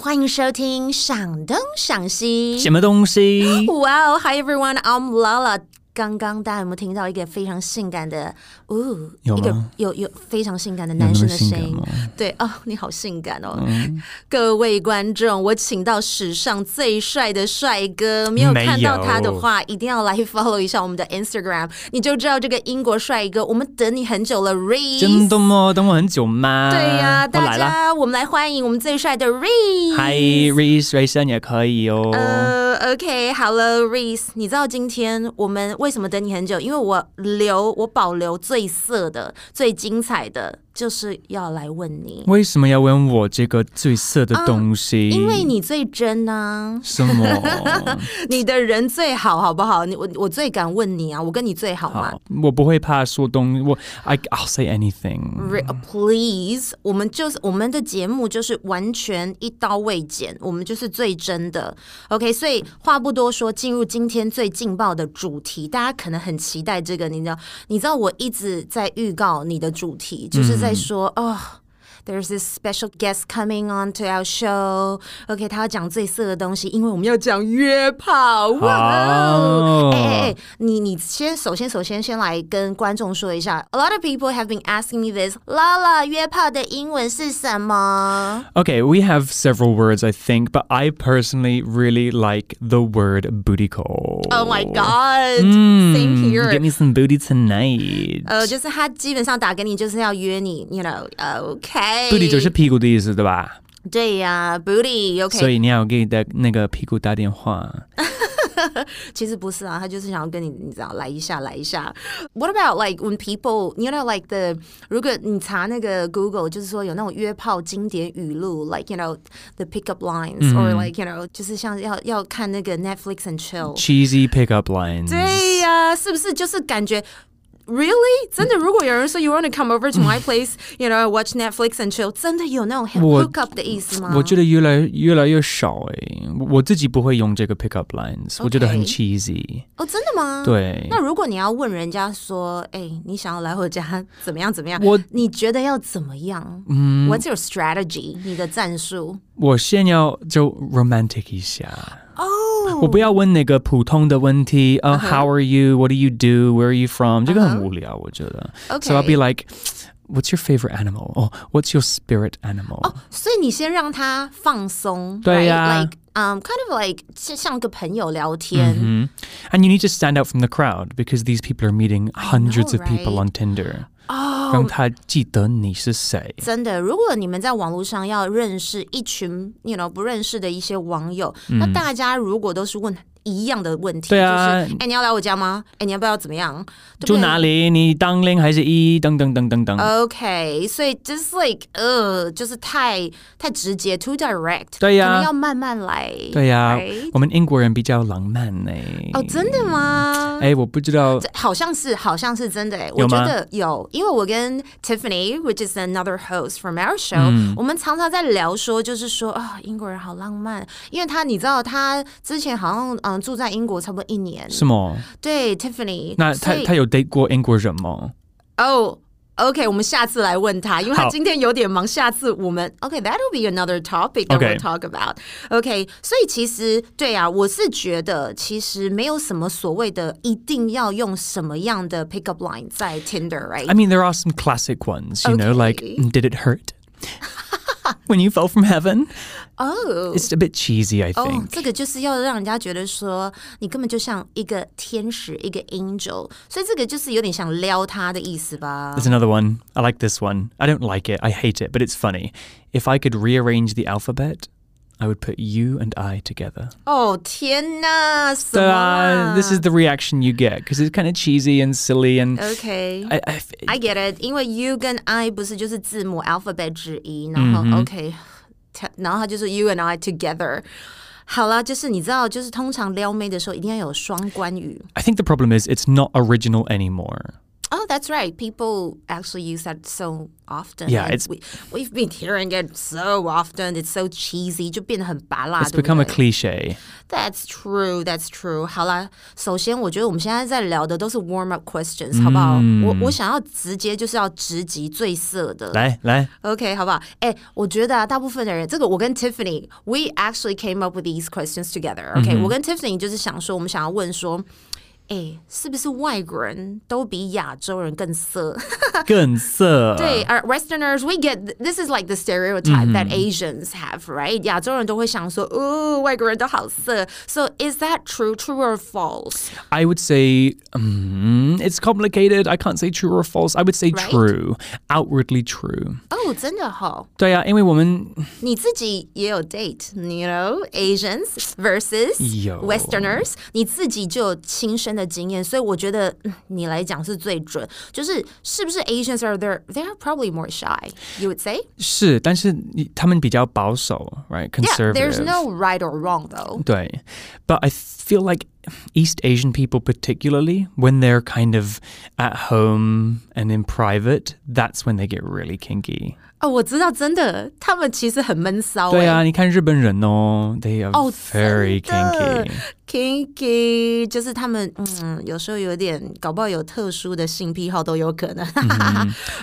欢迎收听《赏东赏西》。什么东西？ 哇哦，Hi everyone, I'm Lala。刚刚大家有没有听到一个非常性感的，哦，有一吗个有有非常性感的男生的声有那音么性感吗？嗯对哦，你好性感哦！各位观众，我请到史上最帅的帅哥，没有没有看到他的话，一定要来 follow 一下我们的 Instagram，你就知道这个英国帅哥，我们等你很久了，Reese。真的吗？等我很久吗？对呀、我大来啦。家，我们来欢迎我们最帅的 Reese。嗨 r e s e r a s o n 也可以哦。呃，OK，好了，Reese，你知道今天我们为什么等你很久？因为我留，我保留最色的、最精彩的，就是要来问你，为什么要问我这个最色的东西？因为你最真啊， 什 么？你的人最好，好不好？你我我最敢问你啊，我跟你最好嘛。好，我不会怕说东，我 I I'll say anything。 Re- Please，我们就是我们的节目就是完全一刀未剪，我们就是最真的。OK，所以话不多说，进入今天最劲爆的主题，大家可能很期待这个，你知道？你知道我一直在预告你的主题，就是在说、哦。There's this special guest coming on to our show. OK，他要讲最色的东西，因为我们要讲约炮。哇哦！好哎哎哎，你你先首先首先先来跟观众说一下，A lot of people have been asking me this. Lala，约炮的英文是什么？ Okay, we have several words, I think, but I personally really like the word booty call. Oh my god! Same Mm, Get here. me some booty tonight. 呃，就是他基本上打给你就是要约你，you know, OK. booty 就是屁股的意思，对吧？对呀、b o o t y OK。所以你要给你的那个屁股打电话。其实不是啊，他就是想要跟你，你知道，来一下，来一下。What about like when people, you know, like the，如果你查那个 Google，就是说有那种约炮经典语录，like you know the pickup lines、or like you know，就是像要要看那个 Netflix and chill。 cheesy pickup lines. 对呀、是不是就是感觉？Really？真的，如果有人说 you want to come over to my place, you know, watch Netflix and chill，真的有那种我 hook up 的意思吗？我觉得越来越来越少诶、我我自己不会用这个 pickup lines，、我觉得很 OK cheesy。哦，真的吗？对，那如果你要问人家说，哎、你想要来我家怎么样怎么样？我你觉得要怎么样？嗯，What's your strategy？你的战术？我先要就 romantic 一下，哦、Uh-huh。我不要问那个普通的问题啊、h o w are you？What do you do？Where are you from？、这个很无聊，我觉得。So I'll OK be like, what's your favorite animal？哦、what's your spirit animal？、所以你先让他放松，对呀 right? Like, um, kind of like 像像个朋友聊天。嗯 And you need to stand out from the crowd because these people are meeting hundreds of people right? Oh。 on Tinder. 让他记得你是谁。真的，如果你们在网络上要认识一群你 you know 不认识的一些网友，那大家如果都是问一样的问题，嗯对啊就是哎、你要来我家吗？哎、你要不要怎么样？对不对住哪里？你当零还是一？等等等等等。 OK，所以 just like 呃，就是太太直接，too direct，对呀可能要慢慢来。对呀、 right？我们英国人比较浪漫呢、哦，真的吗？哎、我不知道，好像是，好像是真的哎、我有觉吗得有，因为我跟 Tiffany，which is another host from our show，、我嗯们常常在聊说，就是说啊、英国人好浪漫，因为他你知道他之前好像嗯住在英国差不多一年，什么？对 Tiffany，那所他以他有 date 过英国人吗？哦、o k 我们下次来问他，因为他好今天有点忙。下次我们 OK，that'll、be another topic that we'll OK talk about。OK，所以其实对啊，我是觉得其实没有什么所谓的一定要用什么样的 pickup line 在 Tinder，right？ I mean, there are some classic ones, you know, like Okay. did it hurt when you fell from heaven? 哦、 It's a bit cheesy, I 哦 think. 这个就是要让人家觉得说你根本就像一个天使，一个 angel，所以这个就是有点想撩他的意思吧。 There's another one. I like this one. I don't like it. I hate it, but it's funny. If I could rearrange the alphabet, I would put you and I together. 哦、天哪，什么 So 啊 uh, this is the reaction you get because it's kind of cheesy and silly and OK。 I, I f- I get it，因为 U 跟 I 不是就是字母 alphabet 之一，然后、OK，它然后它就是 U and I together。好啦，就是你知道，就是通常撩妹的时候一定要有双关语 I think the problem is it's not original anymore. Oh, that's right. People actually use that so often. Yeah, and it's- we, we've been hearing it so often. It's so cheesy. It's become a cliche. That's true. That's true. 好啦，首先我觉得我们现在在聊的都是 warm up questions，好不好？我我想要直接就是要直击最色的。来来 OK，好不好？哎、我觉得啊，大部分的人，这个我跟 Tiffany，we actually came up with these questions together。OK，、我跟 Tiffany 就是想说，我们想要问说，哎、是不是外国人都比亚洲人更色？更色。对而 Westerners we get this is like the stereotype that Asians have, right? 亚洲人都会想说，哦，外国人都好色。So is that true, true or false? I would say mm, it's complicated. I can't say true or false. I would say Right? true, outwardly true. 哦，真的哈、对啊，因为我们你自己也有 date，you know Asians versus 有 Westerners，你自己就有亲身的经验，所以我觉得嗯你来讲是最准。就是是不是 Asians are there they are probably more shy? You would say? 是，但是他们比较保守，right? Yeah, Conservative. there's no right or wrong though. 对. But I feel like East Asian people, particularly when they're kind of at home and in private, that's when they get really kinky. 哦，我知道，真的，他们其实很闷骚、欸。对啊，你看日本人哦，they are 哦， very 真的 kinky. kinky，就是他们嗯，有时候有点，搞不好有特殊的性癖好都有可能。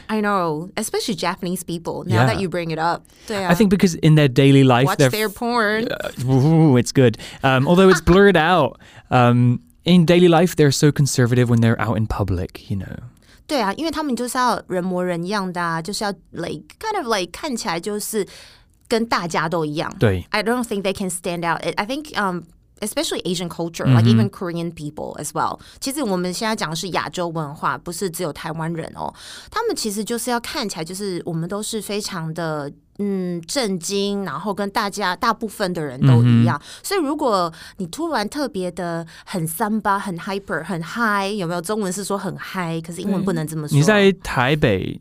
I 嗯 know, especially Japanese people. Now that Yeah. you bring it up，对啊 I think because in their daily life, watch they're their porn， Uh, ooh, it's good. Um, although it's blurred out. Um, in daily life, they're so conservative when they're out in public, you know. 对啊，因为他们就是要人模人样的啊，就是要 like kind of like 看起来就是跟大家都一样。对 I don't think they can stand out. I- I think um especially Asian culture, Mm-hmm. like even Korean people as well. 其实我们现在讲的是亚洲文化，不是只有台湾人哦。他们其实就是要看起来，就是我们都是非常的。嗯，震惊，然后跟大家大部分的人都一样，Mm-hmm. 所以如果你突然特别的很三八、很 hyper、很 high，有没有？中文是说很 high，可是英文不能这嗯么说。你在台北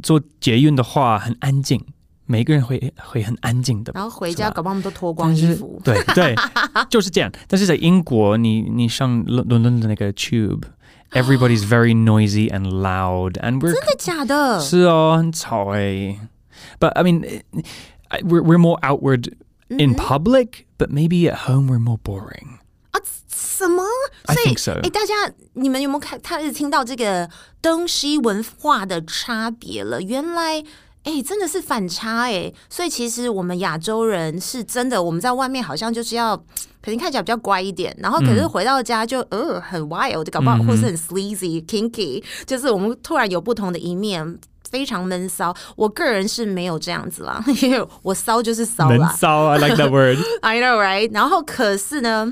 坐捷运的话，很安静，每个人会会很安静的。然后回家，是吧搞不好他们都脱光但衣是服。对 对，就是这样。但是在英国，你你上伦伦敦的那个 tube，everybody's very noisy and loud, and we're 真的假的？是哦，很吵哎。But I mean, it- I- we're we're more outward in public, but maybe at home we're more boring. 啊，什么？ I 所以，哎 think so.、大家你们有没有看？他是听到这个东西文化的差别了？原来，哎、真的是反差哎、所以其实我们亚洲人是真的，我们在外面好像就是要。可能看起来比较乖一点，然后可是回到家就、呃很 wild，搞不好、或是很 sleazy kinky，就是我们突然有不同的一面，非常闷骚。我个人是没有这样子啦，因为我骚就是骚啦， 闷骚，I like that word. I know, right？然后可是呢，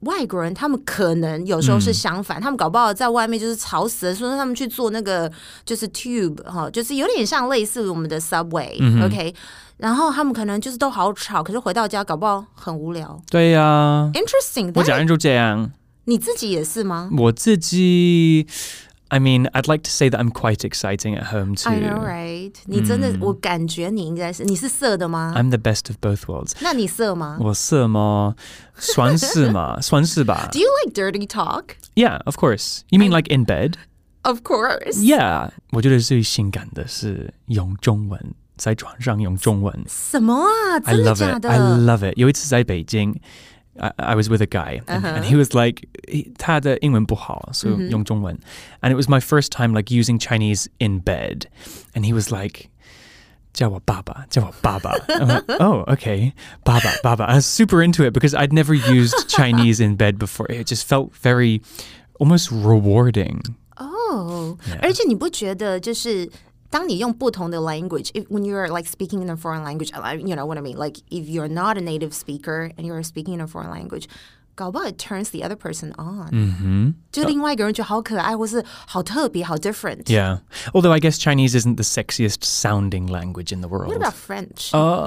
外国人他们可能有时候嗯是相反，他们搞不好在外面就是吵死了，说他们去做那个就是 tube 哈，就是有点像类似我们的嗯 subway，OK、然后他们可能就是都好吵，可是回到家搞不好很无聊。Interesting，但是对呀、啊，我讲人就这样。我自己，I 你自己也是吗 mean, I'd like to say that I'm quite exciting at home too. ？I know, right？你真嗯的，我感觉你应该是，你是色的吗？ I'm the best of both worlds. 那你色吗 我色吗？算是吗？算是吧。 ？Do you like dirty talk? Yeah, of course. You mean like in bed? Of course. Yeah. 我觉得最性感的是用中文，在床上用中文。什么啊？ I 真的 love 假 it. 的 I love it. 有一次在北京, I, I was with a guy, and, Uh-huh. and he was like, he- 他的英文不好, so Mm-hmm. 用中文. And it was my first time like using Chinese in bed, and he was like. 叫我爸爸, 叫我爸爸. I'm like, oh, okay. Baba, baba. I was super into it because I'd never used Chinese in bed before. It just felt very almost rewarding. 哦，Oh，而且你不觉得就是？当你用不同的 language, if, when you're like speaking in a foreign language, I- you know what I mean. Like if you're not a native speaker and you're speaking in a foreign language, 搞不好 it turns the other person on. 嗯哼，Mm-hmm。就另外一个人觉得好可爱，或是好特别，好 different. Yeah. Although I guess Chinese isn't the sexiest sounding language in the world. What about French？、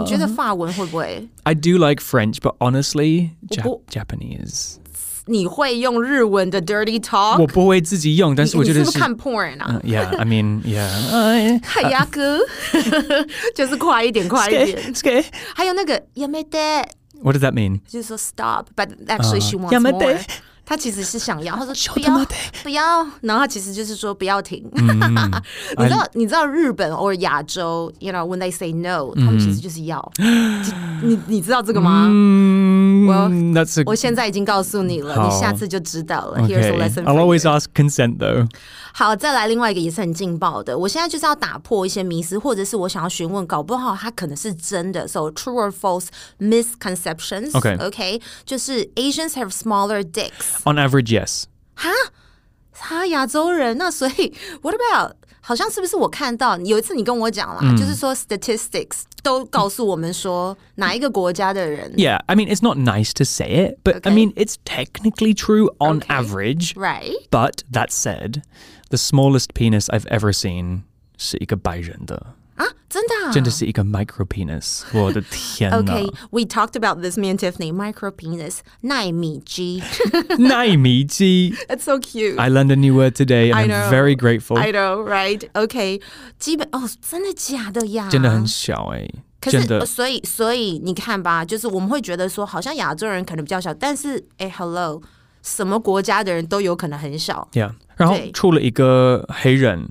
你觉得法文会不会？ I do like French, but honestly, Jap- Well- Japanese. 你会用日文的 dirty talk？你你是不是我不会自己用，但是我觉得是。看 porn 啊？ Yeah, I mean, yeah. 看牙 哥，就是快一点，快一点。 Scare. 还有那个也没得。 What does that mean? just so stop. But actually, she wants yeah, my more. bad. 他其实是想要，他说小 不他妈要的不要，然后他其实就是说不要停。嗯 你知道你知道日本 or 亚洲，you know when they say no，、他们其实就是要。你你知道这个吗？ Mm, Well, that's a 我现在已经告诉你了，你好下次就知道了。Here's a okay. lesson. for I'll you. always ask consent though. 好，再来另外一个也是很劲爆的。我现在就是要打破一些迷思，或者是我想要询问，搞不好它可能是真的。So true or false misconceptions? Okay. OK，就是 Asians have smaller dicks。 On average, yes. 他亚洲人，那所以 what about？好像是不是我看到有一次你跟我讲啦，就是说 statistics 都告诉我们说哪一个国家的人 Yeah, I mean, it's not nice to say it, but Okay. I mean, it's technically true on Okay. average. right？ But that said, the smallest penis I've ever seen 是一个白人的，啊，真的、啊、真的是一个 micro penis. 我的天哪，Okay, we talked about this, me and Tiffany. Micro penis, 奈米 G. 纳米机。 That's so cute. I learned a new word today, and I know. I'm very grateful. I know, right? OK，基本哦，真的假的呀？真的很小欸，可是，真的。呃所以，所以你看吧，就是我们会觉得说，好像亚洲人可能比较小，但是，哎，hello，什么国家的人都有可能很小。 Yeah，然后对出了一个黑人，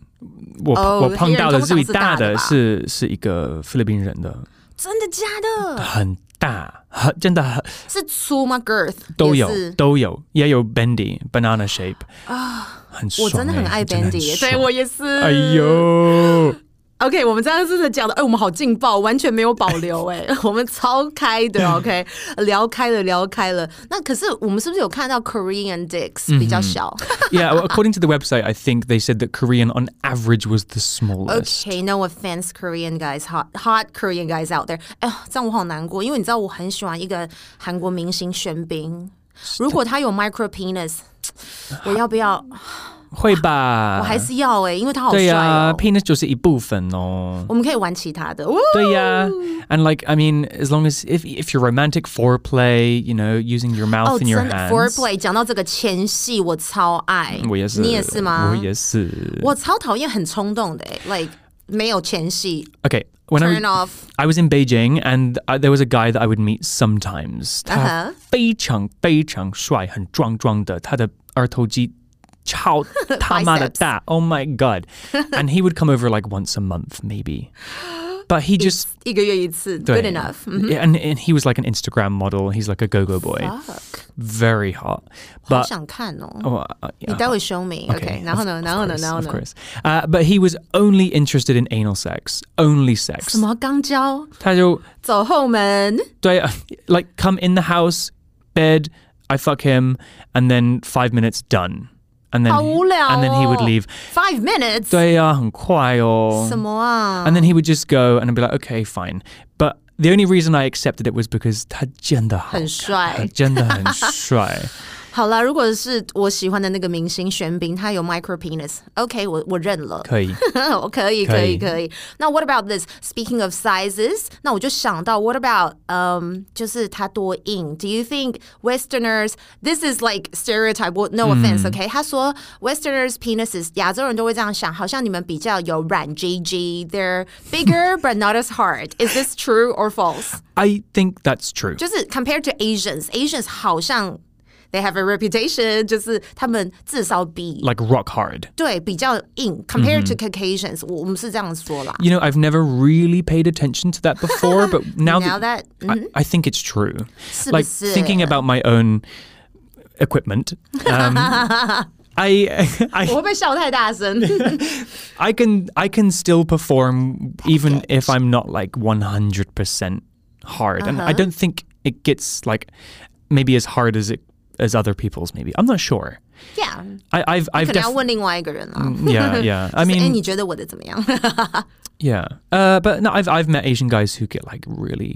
我、哦我碰到的最黑人通常大是大的的吧是是一个菲律宾人的，真的假 的？很大，很真的很是粗吗？girth 都也有是都有，也有 bendy banana shape 啊、很爽、我欸，真的很爱真的 Bandy，耶爽对我也是。哎呦， OK，我们这样真的讲的，哎、我们好劲爆，完全没有保 留、哎，我们超开的，OK，聊嗯开了，聊开了。那可是我们是不是有看到 Korean 嗯 dicks 比较 小、 yeah. well, According to the website, I think they said that Korean on average was the smallest. Okay, no offense, Korean guys, hot hot Korean guys out there. 哎呦，这样我好难过，因为你知道我很喜欢一个韩国明星玄彬。如果他有 micro penis，我要不要？会吧？我还是要哎、因为他好对帅呀、哦。 p e n i s 就是一部分哦。我们可以玩其他的。哦 yeah, and like I mean, as long as if if you're romantic foreplay, you know, using your mouth 哦， and 真 your 的 hands. Oh, foreplay 讲到这个前戏，我超爱。我也是，你也是吗？我也是。我超讨厌很冲动的、欸、，like 没有前戏 Okay, when I ，turn off。was, I was in Beijing, and I, there was a guy that I would meet sometimes. 啊哈。 他非常非常帅，很壮壮的，他的二头肌超他妈的大。Oh my god! and he would come over like once a month, maybe. But he just 一个月一次，good enough。Mm-hmm. Yeah, and, and he was like an Instagram model. He's like a go-go boy, Fuck， very hot. 好 But 想看哦。 oh, uh, 你 yeah, 待会 show me，OK？、然后呢，然后呢， course, 然后 of 呢？ course. Uh, but he was only interested in anal sex, only sex. 什么肛交？他就-走后门？对- like come in the house, bed, I fuck him, and then five minutes done, and then 好无聊、哦。 and then he would leave. Five minutes？对啊，很快哦。什么啊 And then he would just go and I'd be like, okay, fine. But the only reason I accepted it was because 很他真的好看，帅。真的很帅。好啦，如果是我喜欢的那个明星玄彬，他有 micro penis，OK，、我我认了。可以。 我可以，可可以，以可以。那 What about this? Speaking of sizes，那我就想到 What about 嗯，就是它多硬？Do you think Westerners this is like stereotype? Well, no Mm。 offense, OK？他说 Westerners penises，亚洲人都会这样想，好像你们比较有软 GG，they're bigger but not as hard. Is this true or false？ I think that's true. 就是 compared to Asians，Asians 好像 they have a reputation，就是他们至少比。 Like Mm-hmm。 rock hard. 对，比较硬，compared to Caucasians，、我我们是这样说啦。 You know, I've never really paid attention to that before, but now, Now that, Mm-hmm. that I, I think it's true. Like 是不是？ thinking about my own equipment, um, I, I 我会不会笑太大 声？ I can I can still perform even if I'm not like 100 percent hard, and I don't think it gets like maybe as hard as it as other people's. Maybe I'm not sure. yeah， I, I've I've 可能要 def- 问另外一个人了。 yeah yeah. I 哎， mean 你觉得我的怎么 样？ yeah. Uh, but no, I've I've met Asian guys who get like really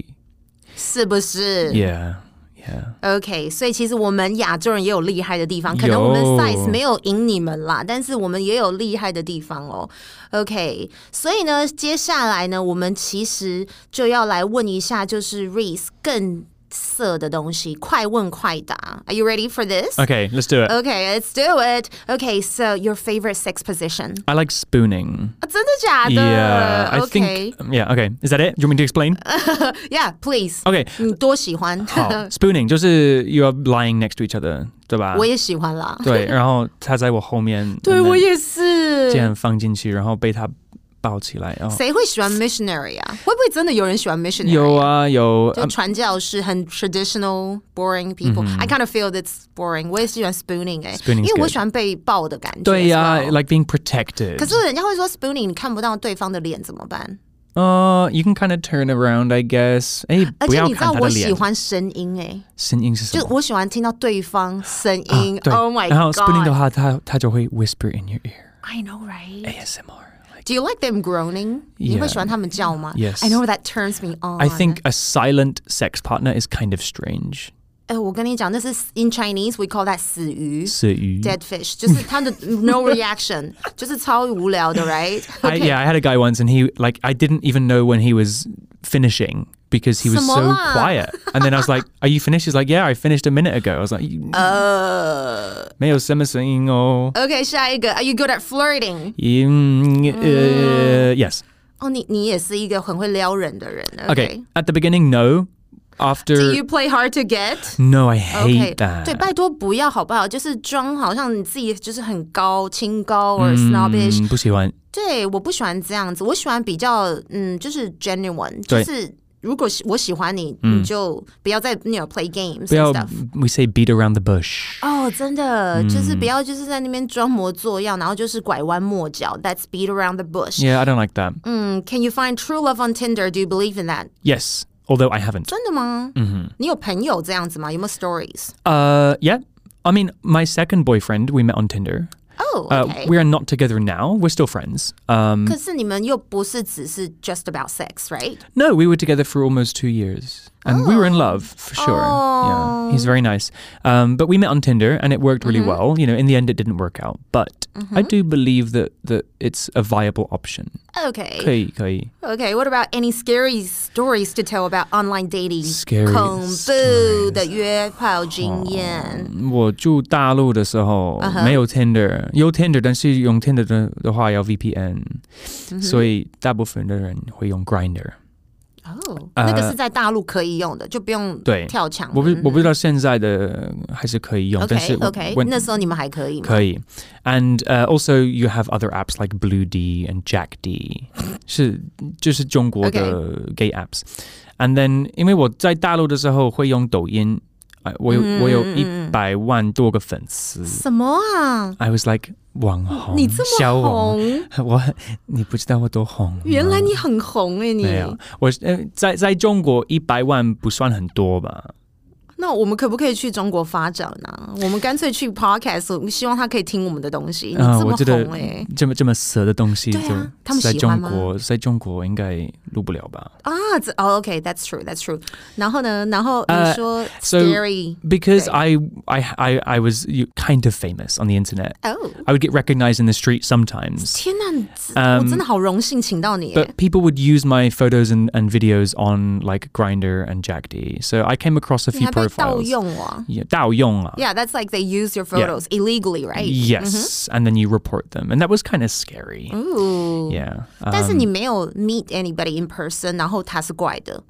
是不是 yeah yeah. o k 所以其实我们亚洲人也有厉害的地方，可能我们有 size 没有赢你们啦，但是我们也有厉害的地方哦。OK，所以呢，接下来呢，我们其实就要来问一下，就是 Reese 更色的东西，快问快答。Are you ready for this? Okay, let's do it. Okay, let's do it. Okay, so your favorite sex position? I like spooning. 啊真的假的 yeah, I Uh, okay. Uh, think. Yeah, okay. Is that it? Do you want me to explain? Yeah, please. Okay. 你多喜欢？好，spooning 就是 you are lying next to each other，对吧？ 我也喜欢啦。对，然后他在我后面， 对，我也这是。样放进去，然后被他抱起来。哦，谁会喜欢 missionary 啊？会不会真的有人喜欢 missionary？有啊，有。就传教士很 traditional boring people.、I 嗯 kind of feel that's boring. 我也喜欢 spooning 哎、 Spooning's 因为我 good. 喜欢被抱的感觉。对呀、哎 as well like being protected. 可是人家会说 spooning 你看不到对方的脸怎么办？ Uh, you can kind of turn around, I guess. 哎，而不且要你知道看他我的喜脸，欢声音哎、声音是什就是么？我喜欢听到对方声音。啊对 oh my 然后 spooning 的 god! 话，他他就会 whisper in your ear I know right? ASMR. Like, Do you like them groaning? 你会喜欢他们叫吗 Yes. I know that turns me on. I think a silent sex partner is kind of strange. 哎，我跟你讲，那是 in Chinese we call that 死鱼至于 dead fish，就是它的 no reaction，就是超无聊的，right？ I, yeah, I had a guy once, and he like I didn't even know when he was finishing because he was so Samoa. quiet. And then I was like, "Are you finished?" He's like, "Yeah, I finished a minute ago." I was like, "You- Uh, "Male semising or OK，下一个，Are you good at flirting？ Mm, uh, Mm. yes." 哦，你你也是一个很会撩人的人。 Okay. At the beginning, no. After Do you play hard to get？ no, I hate OK， that. 对，拜托不要好不好？就是装好像你自己就是很高、清高 or snobbish，、 Mm, 不喜欢。对，我不喜欢这样子，我喜欢比较嗯，就是 genuine，就对是如果喜我喜欢你，你就不要再 you know play games and 不要- stuff。 we say beat around the bush. 哦，真的，就是不要就是在那边装模作样，然后就是拐弯抹角。That's beat around the bush。 Yeah, I don't like that. 嗯，Can you find true love on Tinder? Do you believe in that？ Yes, although I haven't. 真的吗？嗯你有朋友这样子吗？有没有 stories？ Uh, yeah. I mean, my second boyfriend we met on Tinder. 哦、o Uh, k We are not together now. We're still friends. Um, 可是你们又不是只是 just about sex，right？ no, we were together for almost two years, and we were in love for sure. Yeah, he's very nice. Um, but we met on Tinder, and it worked really well. You know, in the end, it didn't work out, but I do believe that that it's a viable option. Okay. Okay, okay. Okay. What about any scary stories to tell about online dating？ Scary 恐怖的约炮经验。我住大陆的时候、uh-huh. 没有 Tinder，有 Tinder，但是用 Tinder 的的话要 VPN，、嗯、所以大部分的人会用 Grinder。哦，那个是在大陆可以用的，就不用 Oh. Uh, 对跳墙。我不我不知道现在的还是可以用，但是 OK OK，我那时候你们还可以吗？可以。And、uh, also you have other apps like Blue D and Jack D，是就是中国的 gay apps。And then 因为我在大陆的时候会用抖音，哎我有、我有一百万多个粉丝。什么啊？ I was like 网红，你这小么网，红， 我你不知道我多红吗。原来你很红哎、你。没有，我呃在在中国一百万不算很多吧。那我们可不可以去中国发展呢、我们干脆去 podcast，我们希望他可以听我们的东西。你啊，这么我觉得红哎、 这么这么色的东西，对啊他就们在喜欢中吗国，在中国应该录不了吧啊，这哦，OK，that's、true，that's true。然后呢，然后你说呃 so- scary， ？Because I, Right. I I I was you- kind of famous on the internet. 哦、 I would get recognized in the street sometimes, 天哪，你这我真的好荣幸请到你耶。Um， but people would use my photos and, and videos on like Grinder and Jackd. So I came across a 你 few 还被盗 profiles. 用哦 Yeah, 盗用啊。 ？Yeah，that's like they use your photos illegally, right? Yes, and then you report them, and that was kind of scary. Mm-hmm. Ooh. Yeah. um Uh, 但是你没有 meet anybody in person，然后他是怪的。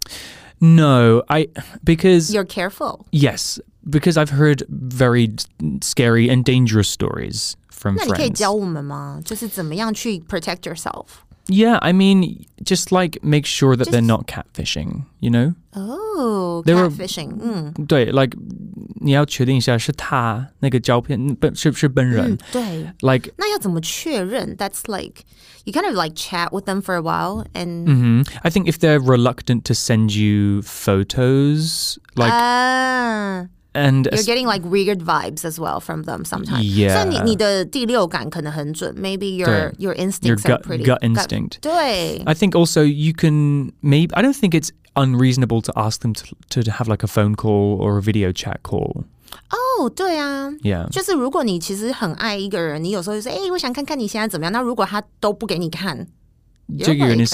No, I because You're careful. Yes, because I've heard very d- scary and dangerous stories from 那你可以 friends. 教我们吗？就是怎么样去 protect yourself？ Yeah, I mean, just like make sure that they're not catfishing, you know? 哦、c There a were- t f i s h i n g 嗯，对, like 你要确定一下是他那个照片，本是不是本人。对。 Like 那要怎么确认？That's like you kind of like chat with them for a while and hmm I think if they're reluctant to send you photos, like Uh, Ah, and you're getting like weird vibes as well from them sometimes. Yeah. 所以你你的第六感可能很准，maybe your 对 your your instincts are gut pretty gut instinct. 对 I think also you can maybe I don't think it's unreasonable to ask them to, to have like a phone call or a video chat call. 哦，对啊。 Yeah. 就是如果你其实很爱一个人，你有时候就说，哎、我想看看你现在怎么样。那如果他都不给你看，这个人 like, is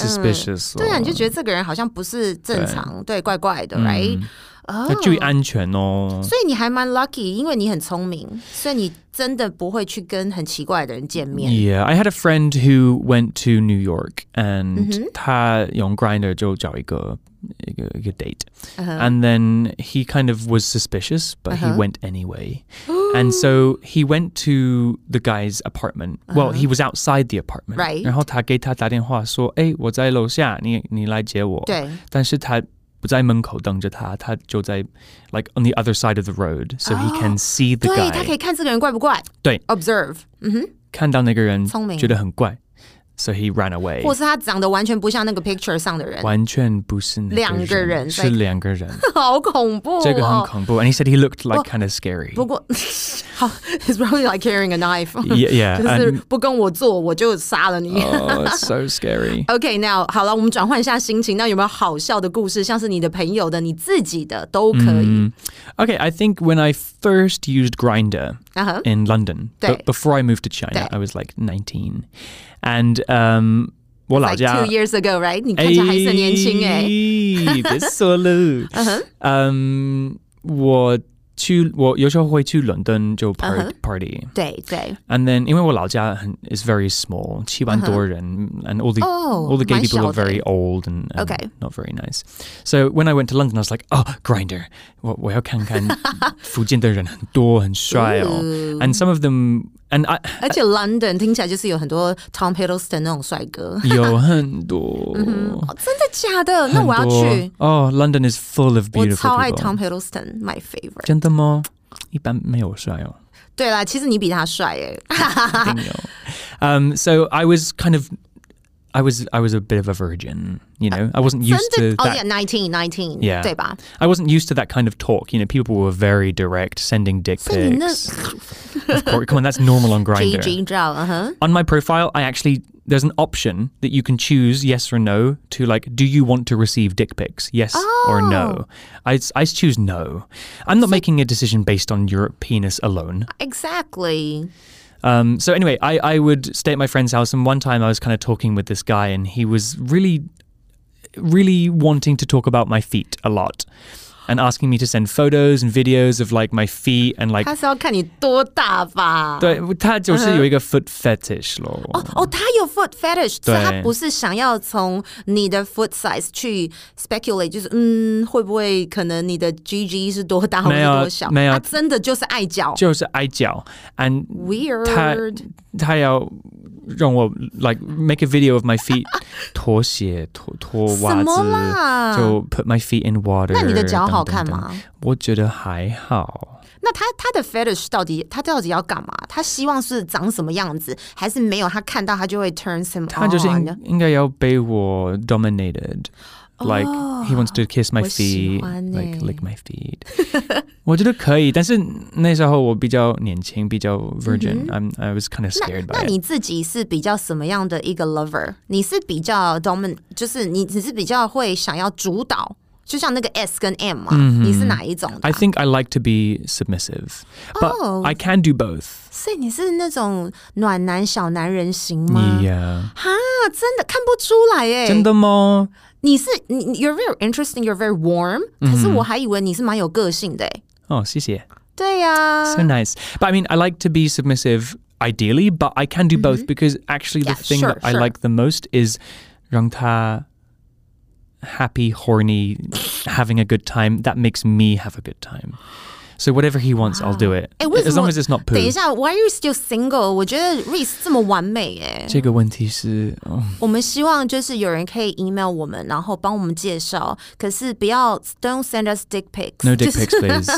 嗯 suspicious. 哦对啊， or- 嗯你就觉得这个人好像不是正常，对，怪怪的，right？要注意安全哦。所以你还蛮 lucky，因为你很聪明，所以你真的不会去跟很奇怪的人见面。 Yeah, I had a friend who went to New York and ta young grinder jo date. And then he kind of was suspicious, but he went anyway. and so he went to the guy's apartment. Well, he was outside the apartment. Right. 然后他给他打电话说：“哎，我在楼下，你你来接我。”对。但是他不在门口等着他，他就在 like on the other side of the road, so he can see the 对 guy. 他可以看这个人怪不怪对， ，observe，嗯哼，看到那个人，聪明。觉得很怪，so he ran 或是他长得完全不像那个 picture 上的人， away。完全不是那个人，两个人在- 是两个人，好恐怖、哦。这个很恐怖。And he said he looked like kind of scary. 不过，好，it's probably like carrying a knife， Yeah, yeah, 就是 and- 不跟我做，我就杀了你。 Oh, it's so scary. OK，那好了，我们转换一下心情。那有没有好笑的故事？像是你的朋友的、你自己的都可以。嗯 Okay, I think when I first used Grinder 啊哈。 in London, Day. but before I moved to China, Day. I was like 19. And um, 我老 Like two 家 years ago, right？你看起来还是很年轻哎、 哎，别说了。Uh-huh。Um, 嗯，我去，我有时候会去伦敦就 part- Uh-huh。 party。对对 And then, 因为我老家很 is very small, 七万多人, and all the Uh-huh。 Oh, all the gay people 蛮小 are 的。 very old and, and Okay. not very nice. So when I went to London, I was like, oh, grinder. 我我要看看附近的人很多很帅哦。and some of them, and I 而且 London 听起来就是有很多 Tom Hiddleston 那种帅哥。有很多。哦，真的假的？那我要去。 Oh, London is full of 我 beautiful 超爱 people. Tom Hiddleston，my favorite。 真的吗？一般没有帅哦。对啦，其实你比他帅哎、一定有。um, so I was kind of, I was, I was a bit of a virgin. You know, I wasn't 真 used to 的哦 that. ，yeah，nineteen nineteen， Yeah. 对吧？ I wasn't used to that kind of talk. You know, people were very direct, sending dick 你那 pics. of course, come on, that's normal on Grinder. JJ 照，嗯哼， On my profile, I actually there's an option that you can choose yes or no to like, do you want to receive dick pics? Yes or no. I I choose no. I'm not making a decision based on your penis alone. Exactly. Um, so anyway, I, I would stay at my friend's house, and one time I was kind of talking with this guy, and he was really, really wanting to talk about my feet a lot, and asking me to send photos and videos of like my feet and like. 他是要看你多大吧？Uh-huh. 对，他就是有一个 foot fetish 咯。哦，他有 foot fetish，所对以他不是想要从你的 foot size 去 speculate，就是嗯，会不会可能你的 GG 是多大或没者有多小？没有他真的就是爱脚就是矮脚，and ，weird。他他要让我 like make a video of my feet 什么啦？脱鞋脱脱袜子，就 put my feet in water 那你的脚好看吗？等等等。我觉得还好。那他他的 fetish 到底他到底要干嘛？他希望是长什么样子，还是没有他看到他就会 turn him on？他就是应-应该要被我 dominated. Like he wants to kiss my 我喜 feet, 欢欸。like lick my feet. 我觉得可以，但是那时候我比较年轻，比较 virgin. I'm I was kind of 那 scared 那 by it. 你自己是比较什么样的一个 lover？你是比较 domin，就是你只是比较会想要主导，就像那个 S 跟 M 嘛，你是哪一种的啊嗯 I think I like to be submissive, but Oh. I can do both. 所以你是那种暖男小男人型吗？ Yeah. 哈，真的看不出来哎、真的吗？你是你你，you're very interesting, you're very warm，可嗯是我还以为你是蛮有个性的哎、 Oh, 谢谢。对呀、 So Uh-huh. nice. But I mean, I like to be submissive ideally, but I can do both because actually Mm-hmm. Yeah, the thing sure, that I sure. like the most is Rangta happy, horny, having a good time. That makes me have a good time. So whatever he wants, I'll do it. 哎、为什么？ as long as it's not 等一 poo. 下，Why are you still single？我觉得 Reese 这么完美哎、这个问题是-哦，我们希望就是有人可以 email 我们，然后帮我们介绍。可是不要 don't send us dick pics。 No dick pics, please.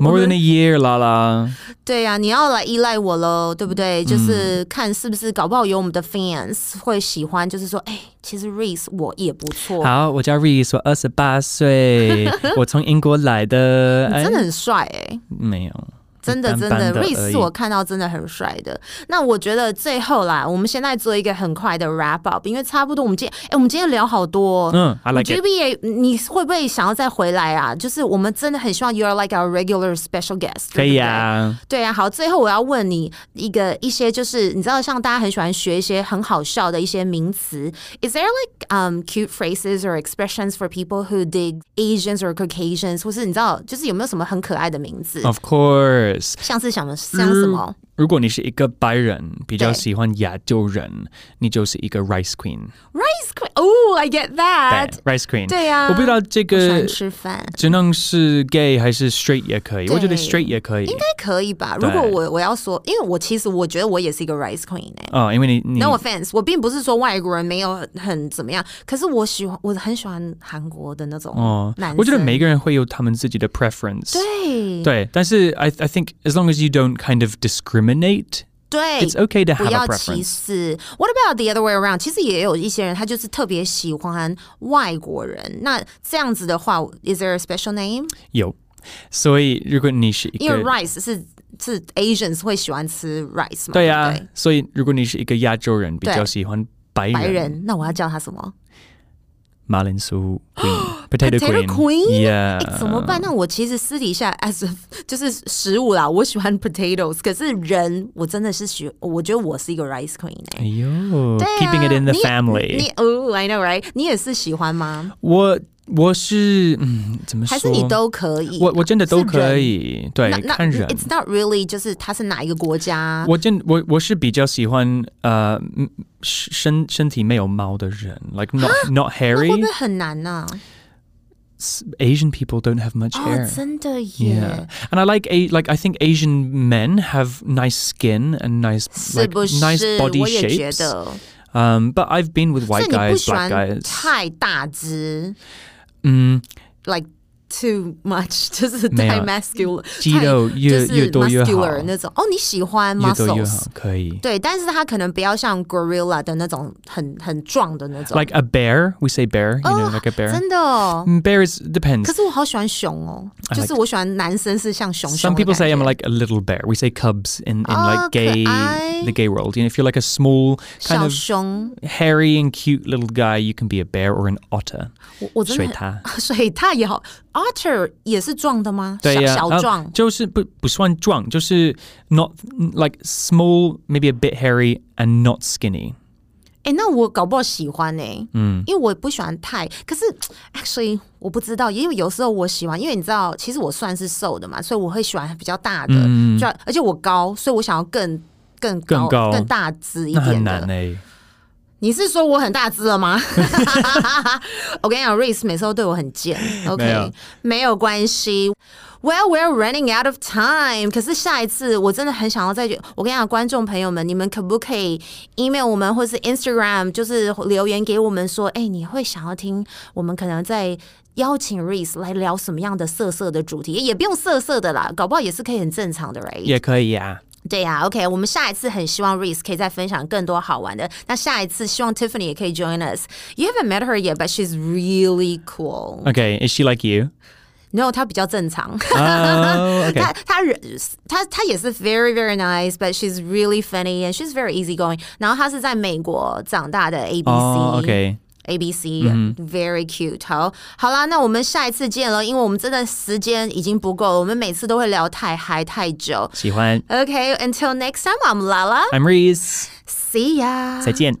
More than a year, Lala. 对呀、啊，你要来依赖我喽，对不嗯对？就是看是不是搞不好有我们的 fans 会喜欢，就是说，哎、其实 Reese 我也不错， 好，我叫Reese，我28岁，我从英国来的。哎，真的很帅哎、没有。真的真单的单的而，Reese 已是我看到真的很帅的。那我觉得最后啦，我们现在做一个很快的 wrap up，因为差不多我们今天，哎、我们今天聊好多、哦。嗯，I Oh, 我 like G it. B 也，你会不会想要再回来啊？就是我们真的很希望 you are like our regular special guest 对不对。可以啊，对啊，好，最后我要问你一个一些，就是你知道，像大家很喜欢学一些很好笑的一些名词。Is there like um cute phrases or expressions for people who dig Asians or Caucasians？或是你知道，就是有没有什么很可爱的名字？ Of course，像是什么，像什么？如果你是一个白人，比较对喜欢亚洲人，你就是一个 rice queen。 Rice cream. Oh, I get that. 对，rice queen。对啊我不知道这喜欢个吃饭。只能是 gay 还是 straight 也可以，我觉对得 straight 也可以应该可以吧？如果我我要说，因为我其实我觉得我也是一个 rice queen 哎、哦，因为你你 No offense，我并不是说外国人没有很很怎么样，可是我喜欢，我很喜欢韩国的那种哦男生。，我觉得每个人会有他们自己的 preference。对对，但是 I I think as long as you don't kind of discriminate, 对 it's okay to 不 have 要 a 歧 preference. 视。What about the other way around？其实也有一些人，他就是特别喜欢外国人。那这样子的话，Is there a special name？有，所以如果你是一因为个 rice 是是 Asians 会喜欢吃 rice 嘛？对对呀、不对所以如果你是一个亚洲人，比较喜欢白人，白人，那我要叫他什么？马铃薯 queen、potato Potato queen, queen？哎、 yeah，怎么办？那我其实私底下 as a- 就是食物啦，我喜欢 potatoes，可是人我真的是喜，我觉得我是一个 rice queen 哎、哎呦、keeping it in the 你也你 family，哦、i know right？你也是喜欢吗？我我是嗯，怎么说？还是你都可以？我我真的都是可人以，对那，那看人。 It's not really 就是他是哪一个国家。我真我我是比较喜欢呃嗯身身体没有毛的人 ，like not 那 not hairy 会不会很难呢、 S- Asian people don't have much 哦 hair. 真的耶 Yeah, and I like a like I think Asian men have nice skin and nice 是 like 不是 nice body 我也觉 shapes. 得， Um, but I've been with 所以 white 你不 guys, 喜 black 欢 guys. 太大只嗯， ，like too much，就是 没有太 masculine，肌肉太越就是越多越好 muscular 那种。哦，你喜欢越多越好 muscles，，可以。对，但是他可能不要像 gorilla 的那种很很壮的那种 Like a bear, we say bear, you know, like a bear. 真的哦。 Mm, Bear is 可 depends. 是我好喜欢熊哦， like- 就是我喜欢男生是像熊熊的 Some people say I'm 感觉 like a little bear. We say cubs in, in Oh, like gay 可爱。 the gay world. You know, if you're like a small 小 kind of 熊， hairy and cute little guy, you can be a bear or an otter. 我我真的很水獭。水獭也好，otter 也是壮的吗？对呀、小啊小壮。就是不不算壮，就是 not like small, maybe a bit hairy and not skinny。哎、那我搞不好喜欢呢、嗯，因为我不喜欢太，可是 actually 我不知道，因为有时候我喜欢，因为你知道，其实我算是瘦的嘛，所以我会喜欢比较大的，就而且我高，所以我想要更更高嗯更高大只一那很点难的。哎、你是说我很大只了吗？ 我跟你讲，Reese 每次都对我很贱，OK，没有没有关系。Well, we're running out of time。可是下一次我真的很想要再去。我跟你讲，观众朋友们，你们可不可以 email 我们，或是 Instagram，就是留言给我们说，哎、你会想要听我们可能在邀请 Reese 来聊什么样的色色的主题？也不用色色的啦，搞不好也是可以很正常的，right？也可以啊。对呀、o k 我们下一次很希望 Reese 可以再分享更多好玩的。那下一次希望 Tiffany 也可以 join us。You haven't met her yet, but she's really cool. Okay, is she like you? No，她比较正常。 Oh, okay. 她她人她她也是 very very nice, but she's really funny and she's very easygoing. 然后她是在美国长大的 ABC。 Oh, okay. A B C very cute。好，好啦，那我们下一次见了，因为我们真的时间已经不够了，我们每次都会聊太嗨太久。喜欢。 Okay, until next time, I'm Lala. I'm Reese. See ya. 再见。